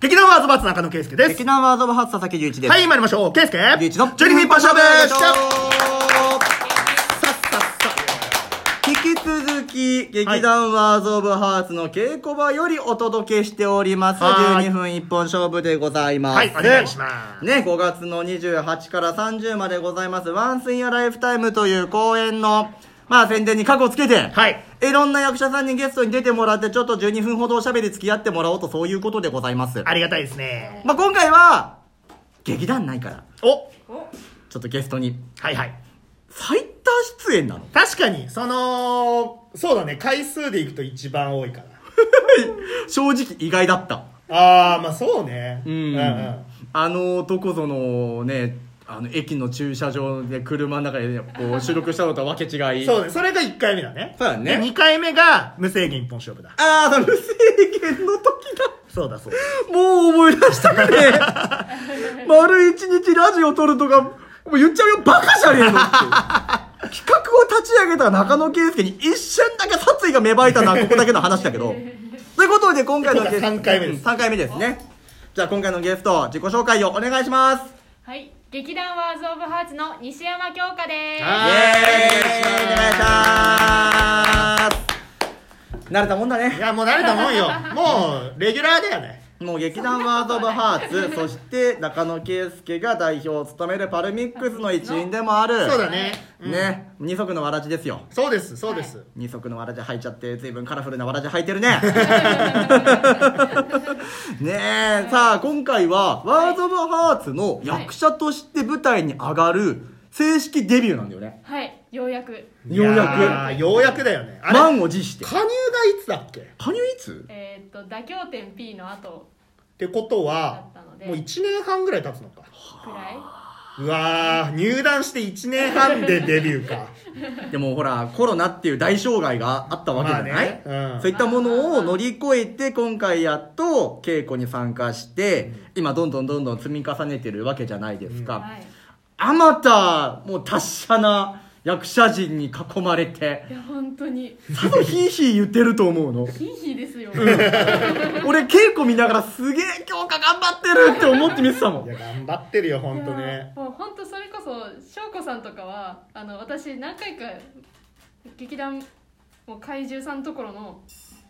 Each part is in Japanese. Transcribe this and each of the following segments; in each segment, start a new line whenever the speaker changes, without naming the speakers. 劇団ワーズバツ中野圭介です
劇団ワードオブハーツ佐々木隆一です。
はい、参りましょう。圭介。
隆一の
12分一本勝負
さあ引き続き、劇団ワーズオブハーツの稽古場よりお届けしております。
はい
12分一本勝負でございます。
はい、お願いします。
ね、5月の28から30までございます、ワンスインアライフタイムという公演の、まあ宣伝に過去つけて、
はい。
いろんな役者さんにゲストに出てもらって、ちょっと12分ほどおしゃべり付き合ってもらおうと、そういうことでございます。
ありがたいですね。
まあ、今回は、劇団ないから、
お
ちょっとゲストに、
はいはい。
最多出演なの
確かに、その、そうだね、回数でいくと一番多いかな。
正直意外だった。
あー、まあそうね。
う。
うんん
あの、どこぞのね、あの、駅の駐車場で車の中で、こう、収録したのとはわけ違い。
そうね、それが1回目だね。
そうだね
2回目が、無制限一本勝負だ。
ああ、無制限の時だ。
そうだそうだ。
もう思い出したくねえ丸一日ラジオ撮るとか、もう言っちゃうよ、バカじゃねえのって。企画を立ち上げた中野圭介に一瞬だけ殺意が芽生えたのはここだけの話だけど。ということで今回のゲスト。
今回三回目です
3回目ですね。じゃあ今回のゲスト、自己紹介をお願いします。
はい、劇団ワーズオブハーツの西山京香で
イエーイお
す。
は
願いします。慣れたもんだ
い
ね。
や、もう慣れたもんよ。 もう、レギュラーだよね。
もう劇団ワード・オブ・ハーツ、そして中野圭介が代表を務めるパルミックスの一員でもある。
そうだね。うん。
ね、二足のわらじですよ。
そうです、そうです。
二足のわらじ履いちゃって、随分カラフルなわらじ履いて るね。ねえ、さあ、今回は、ワールド・オブ・ハーツの役者として舞台に上がる正式デビューなんだよね。
はい、ようやく、
ようや
く。ようやくだよね。
く、
あれ、
満を持して。
加入がいつだっけっ
羽生いつ
えーっと妥協点 P の後
てことは
だったの、で
もう1年半ぐらい経つのか。
くらい。
うわー、入団して1年半でデビューか。
でもほら、コロナっていう大障害があったわけじゃない、
まあねうん
そういったものを乗り越えて、今回やっと稽古に参加して、今どんどんどんどん積み重ねてるわけじゃないですか。
はい。
あまた、もう達者な役者陣に囲まれて、
いや本当に
さぞヒーヒー言ってると思うの。
ヒーヒーですよ。
俺稽古見ながらすげえ強化頑張ってるって思って見てたも
い
ん。ね
や、頑張ってるよ、ほんと
いや
ね。
もう本当それこそ翔子さんとかはあの私何回か劇団もう怪獣さんところの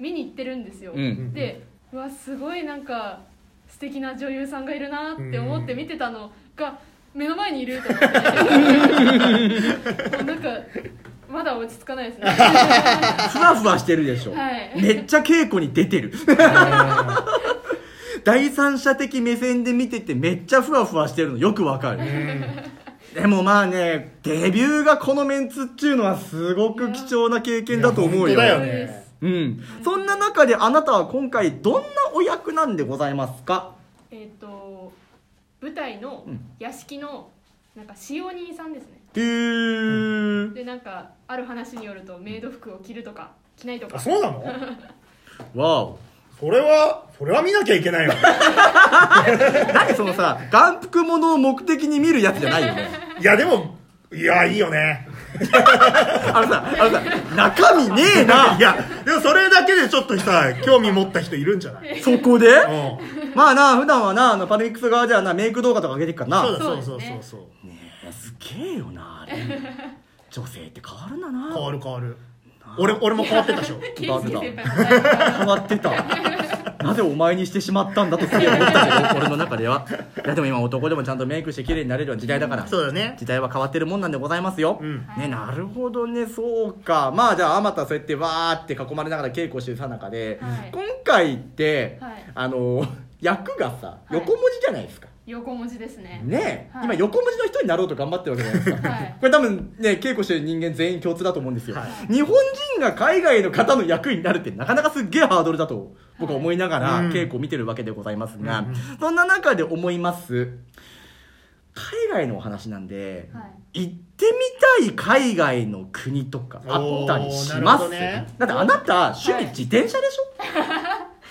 見に行ってるんですよ。
うん
で、うわすごいなんか素敵な女優さんがいるなって思って見てたのが目の前にいると 思って。もうなんかまだ落ち着かないですね。
ふわふわしてるでしょ。
はい
めっちゃ稽古に出てる。第三者的目線で見ててめっちゃふわふわしてるのよくわか
う
る。
ん
でもまあね、デビューがこのメンツっていうのはすごく貴重な経験だと思う
い
よ。
やだよ
そうで
ね
す。
うん。そんな中であなたは今回どんなお役なんでございますか
えっ、と舞台の
うん
屋敷のなんか使用人さんですね。
へー。
でなんかある話によるとメイド服を着るとか着ないと
あ、
か。
そうなの
わお。
それは、それは見なきゃいけないよね。
何そのさ、眼福ものを目的に見るやつじゃないよね。
いや、でも、いや、いいよね。
あのさ、あのさ、中身ねえ
い
な。
や、でもそれだけでちょっとさ、興味持った人いるんじゃない
そこで
うん。
まあな、普段はな、あの、パルミックス側ではな、メイク動画とか上げてっからな。
そうだそ
そ
う
うです
そうそ
ね
うそう。
ねえ、すげえよ な、あれ。女性って変わるんだ
変
な。
わる変わる。俺、俺も変わってたでしょ。
ケイスケ先輩も大丈
変わってた。なぜお前にしてしまったんだとすげえ思ったけど、俺の中では。いや、でも今男でもちゃんとメイクして綺麗になれるような時代だから。
そうだね。
時代は変わってるもんなんでございますよ、
うん
ねなるほどねそうかまあじゃああまたそうやってわーって囲まれながら稽古してるさなかで、
はい
今回って、
はい
あの役がさ
い
横文字じゃないですか、
夫横文字ですね。
ねえ、
はい
今横文字の人になろうと頑張ってるわけじゃないですか、
はい
これ多分ね稽古してる人間全員共通だと思うんですよ、
は
日本人が海外の方の役になるってなかなかすっげえハードルだと僕は思いながら
はいうん
稽古を見てるわけでございますが、
うんうん
そんな中で思います海外のお話なんで、
は
行ってみたい海外の国とかあったりし
おーなる
ま
ほ
す、
どね
だってあなた趣味
はい
自転車でしょ、
うん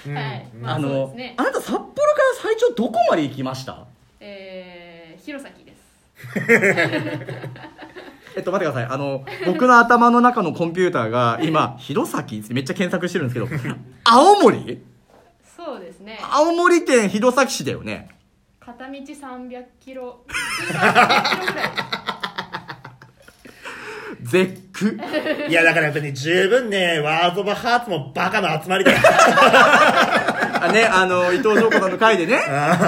はいまあ
あ
そうで
の、
すね
あなた札幌から最長どこまで行きました
えー、弘前です。
えっと待ってくださいあの僕の頭の中 のコンピューターが今弘前ってめっちゃ検索してるんですけど青森
そそうですね
青森県弘前市だよね
片道300キロ通算300キロぐらい
絶句
いや、だからやっぱね、十分ね、ワールド・オブ・ハーツもバカの集まりだよ。
あね、あの、伊藤翔子さんの回でね、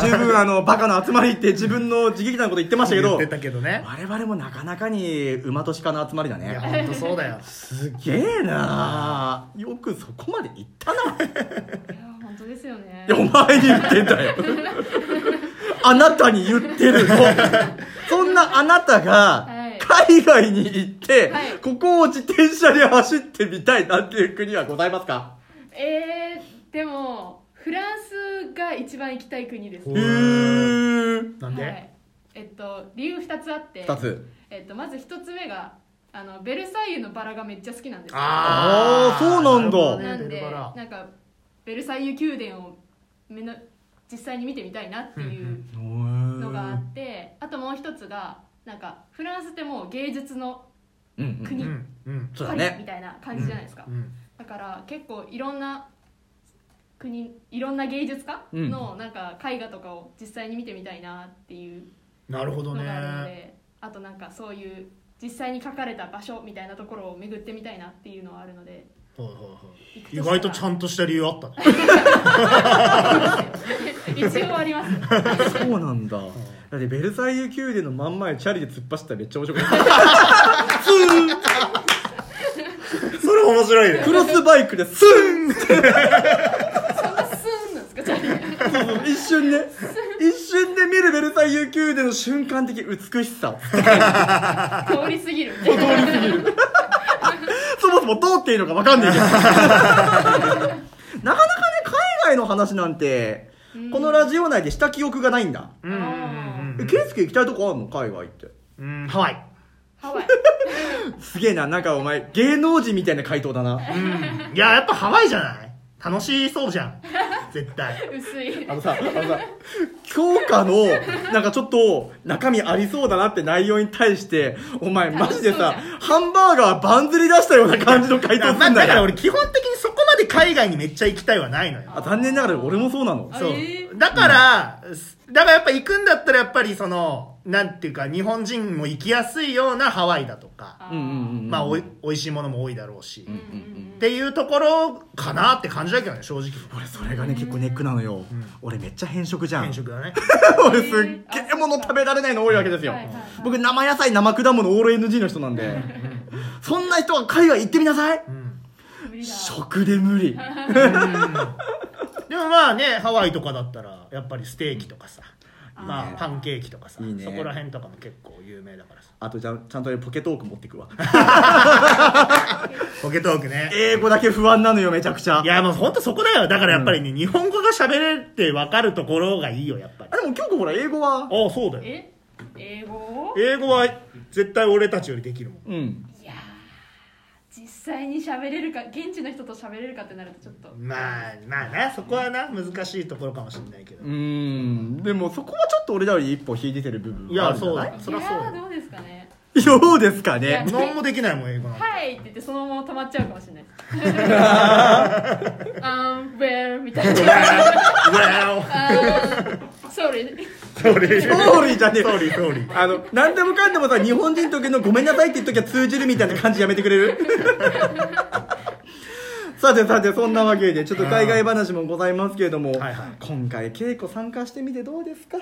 十分あの、バカの集まりって自分の自撃なこと言ってましたけ
言
ど
って、たけどね。
我々もなかなかに馬と鹿の集まりだ
いや、
ね。
ほんとそうだよ。
すげえなあよくそこまで行ったな。
いや本当ですよね
いやお前に言ってんだ よ。あなたに言ってるの。そんなあなたが
はい、
海外に行って、
はい
ここを自転車で走ってみたいなんていう国はございますか
えー、でもフランスが一番行きたい国です
お
へー。
なんで、
はい、えっと理由2つあって
二つ。
えっと、まず1つ目があのベルサイユのバラがめっちゃ好きなんですよ
あー
あーそうなんだ
るほどね
なん
ベ
で
ルバラ
なんかベルサイユ宮殿を目の実際に見てみたいなっていうのがあってあともう一つがなんかフランスってもう芸術の
うんうん
う
国
んうん
そう
パ
だ
リみ
ね。
たいな感じじゃないですか、
うん
だから結構いろんな国いろんな芸術家
うん
のなんか絵画とかを実際に見てみたいなっていう
なるほど
のがあるので、
ね
あとなんかそういう実際に書かれた場所みたいなところを巡ってみたいなっていうのはあるので
はいはいはい
行く
意外とち
したら
ゃんとした理由あったね
一応あります
そうなんだ。だってベルサイユ宮殿の真ん前チャリで突っ走ったらめっちゃ面白かった。
それ面白いね
クロスバイクでスンって
そんなスーンなんですかじゃ
一瞬ね、一瞬で見るベルサイユ宮殿の瞬間的美しさ。
あ通り過ぎるみたいな
そもそもどうっていいのかわかんない けど。なかなかね、海外の話なんて、このラジオ内でした記憶がないんだ。
うんうんうん
え、ケイスケ行きたいとこあるの海外って。
うんうんハワイ
ハワイ
すげえな、なんかお前、芸能人みたいな回答だ な。
うんいややっぱハワイじゃない楽しそうじゃん絶対
薄い
あのさ、あのさ、教科の、なんかちょっと、中身ありそうだなって内容に対して、お前マジでさ、ハンバーガーバンズリ出したような感じの回答
だ
すん
だか
だ
ら
よ。
俺基本的にそこまで海外にめっちゃ行きたいはないのよ
あ残念ながら俺もそうなの。
あ
そう
えー
だから、だからやっぱ行くんだったらやっぱりそのなんていうか日本人も行きやすいようなハワイだとか、
あー
うんうんうん。
まあおい美
俺、
味しいものも多いだろうし、
うんうん
っていうところかなって感じだけどね正直
それがね、結構ネックなのよ。
ん
俺めっちゃ偏食じゃん。
変色だね
俺すっげえもの食べられないの多いわけですよ
はいはいはい。
僕生野菜、生果物、オール NG の人なんで。そんな人は海外行ってみなさい
うん
うん無理だ
食で無理。
でもまあねハワイとかだったらやっぱりステーキとかさ、まあ
あー
パンケーキとかさ
いいね
そこら辺とかも結構有名だからさ
あとじゃあ、ちゃんとポケトーク持ってくわ。
ポケトークね
英語だけ不安なのよ、めちゃくちゃ。
いやもうほんとそこだよだからやっぱりね、日本語が喋れて分かるところがいいよやっぱり
あでも京子ほら英語は
ああそうだよ
え英語
英語は絶対俺たちよりできるもん
うん
いやー実際に喋れるか現地の人と喋れるかってなるとちょっと
まあまあなそこはな難しいところかもしれないけど、
うーんでもそこはちょっと俺らより一歩引いててる部分
いや
があるんじゃ
そう
ない
だそりゃそう
いやー
だよ
どうですかね
そうですか
いや
ね
何もできないもん英語なんて
はいって言ってそのまま止まっちゃうかもしれないあん where みたいな sorry
それ
ソーリーじゃねえ
総理総理
あの何でもかんでもさ日本人特有の「ごめんなさい」って言っときゃ通じるみたいな感じやめてくれる さてさてそんなわけでちょっと海外話もございますけれども、
はいはい
今回稽古参加してみてどうですか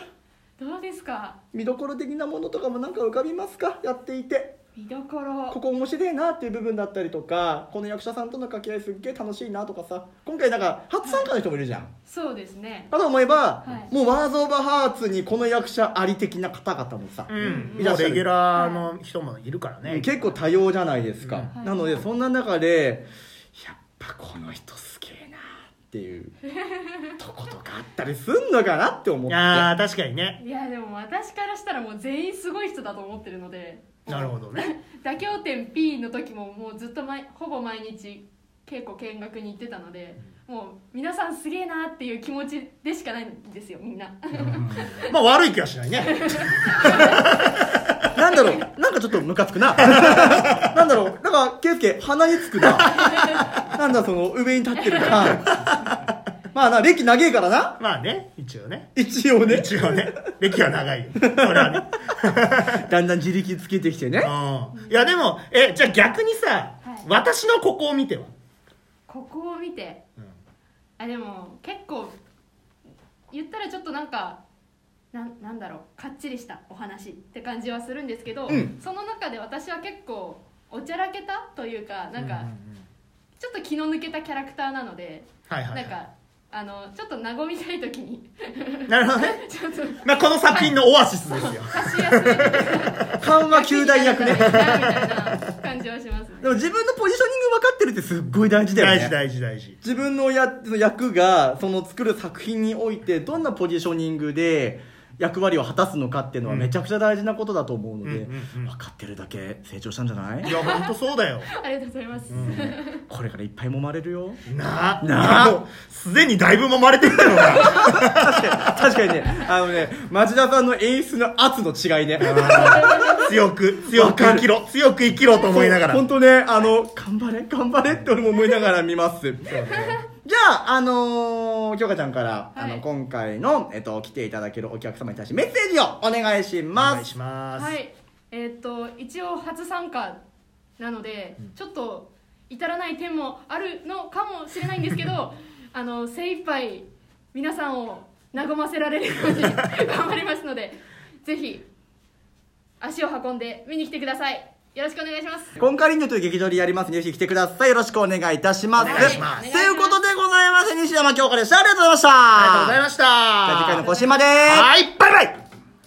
どうですか
見どころ的なものとかもなんか浮かびますかやっていて
見どころ
ここ面白いなっていう部分だったりとかこの役者さんとの掛け合いすっげえ楽しいなとかさ今回なんか初参加の人もいるじゃん、
そうですね
かと思えば、
はい
もうワーズ・オブ・ハーツにこの役者あり的な方々もさ、
うん
いら
も
っ
う
しゃ
レ
る
ギュラーの人もいるからね
結構多様じゃないですか、
うんはい
なのでそんな中でやっぱこの人すげえなっていうとことかあったりすんのかなって思っ
い
て
やー確かにね
いやでも私からしたらもう全員すごい人だと思ってるので
なるほどね
妥協点 P の時ももうずっと毎ほぼ毎日稽古見学に行ってたのでもう皆さんすげえなっていう気持ちでしかないんですよみん な
まあ悪い気はしないね
なんだろうなんかちょっとムカつく ななんだろうなんか圭介鼻につくななんだその上に立ってる感まあな、歴長えからな。
まあね、一応ね。
一応ね、
一応ね。歴は長いよ。それは ね。
だんだん自力つけてきてね。
うん。いやでも、え、じゃあ逆にさ、
はい
私のここを見ては。
ここを見て、
うん
あでも結構言ったらちょっとなんかなんなんだろうかっちりしたお話って感じはするんですけど、
うん
その中で私は結構おちゃらけたというかなん
う
か
ううん
ちょっと気の抜けたキャラクターなので、
はいはいはい。
なんかあのちょっと和みたい時に
なるほどね。
ちょっと
まあ、この作品のオアシスですよ。
貸しやすいみたいな
緩和球団役ね
み。たいな感じはしますね
でも自分のポジショニング分かってるってすっごい大事だよね。
大事大事大事。
自分のやその役がその作る作品においてどんなポジショニングで役割を果たすのかっていうのは
うん
めちゃくちゃ大事なことだと思うので、
うんうんうん
分かってるだけ成長したんじゃない
い や、ほんとそうだよ。
ありがとうございます、
これからいっぱい揉まれるよ
なあ。
なあ
もうすでにだいぶ揉まれてるけどな。
確かに確かにねあのね町田さんの演出の圧の違いね
強く、強く生きろ、強く生きろと思いながら。
本当ねあの頑張れ頑張れって俺も思いながら見ますじゃあ、あのー、京香ちゃんから、
はい
あの、今回の、えっと、来ていただけるお客様に対してメッセージをお願いし
お
ま
願い
す。
します。
はい、えーっと一応初参加なので、ちょっと至らない点もあるのかもしれないんですけどあの精一杯皆さんを和ませられるように 頑張りますのでぜひ足を運んで見に来てくださいよろしくお願いします
コンカリングという劇場でやりますので、ぜひ来てください。よろしくお願いいたします。
お願いします
ということでございまして、西山京香でした。ありがとうございました。
ありがとうございました。
じゃあ次回のコシマでーす。
はい、バイバイ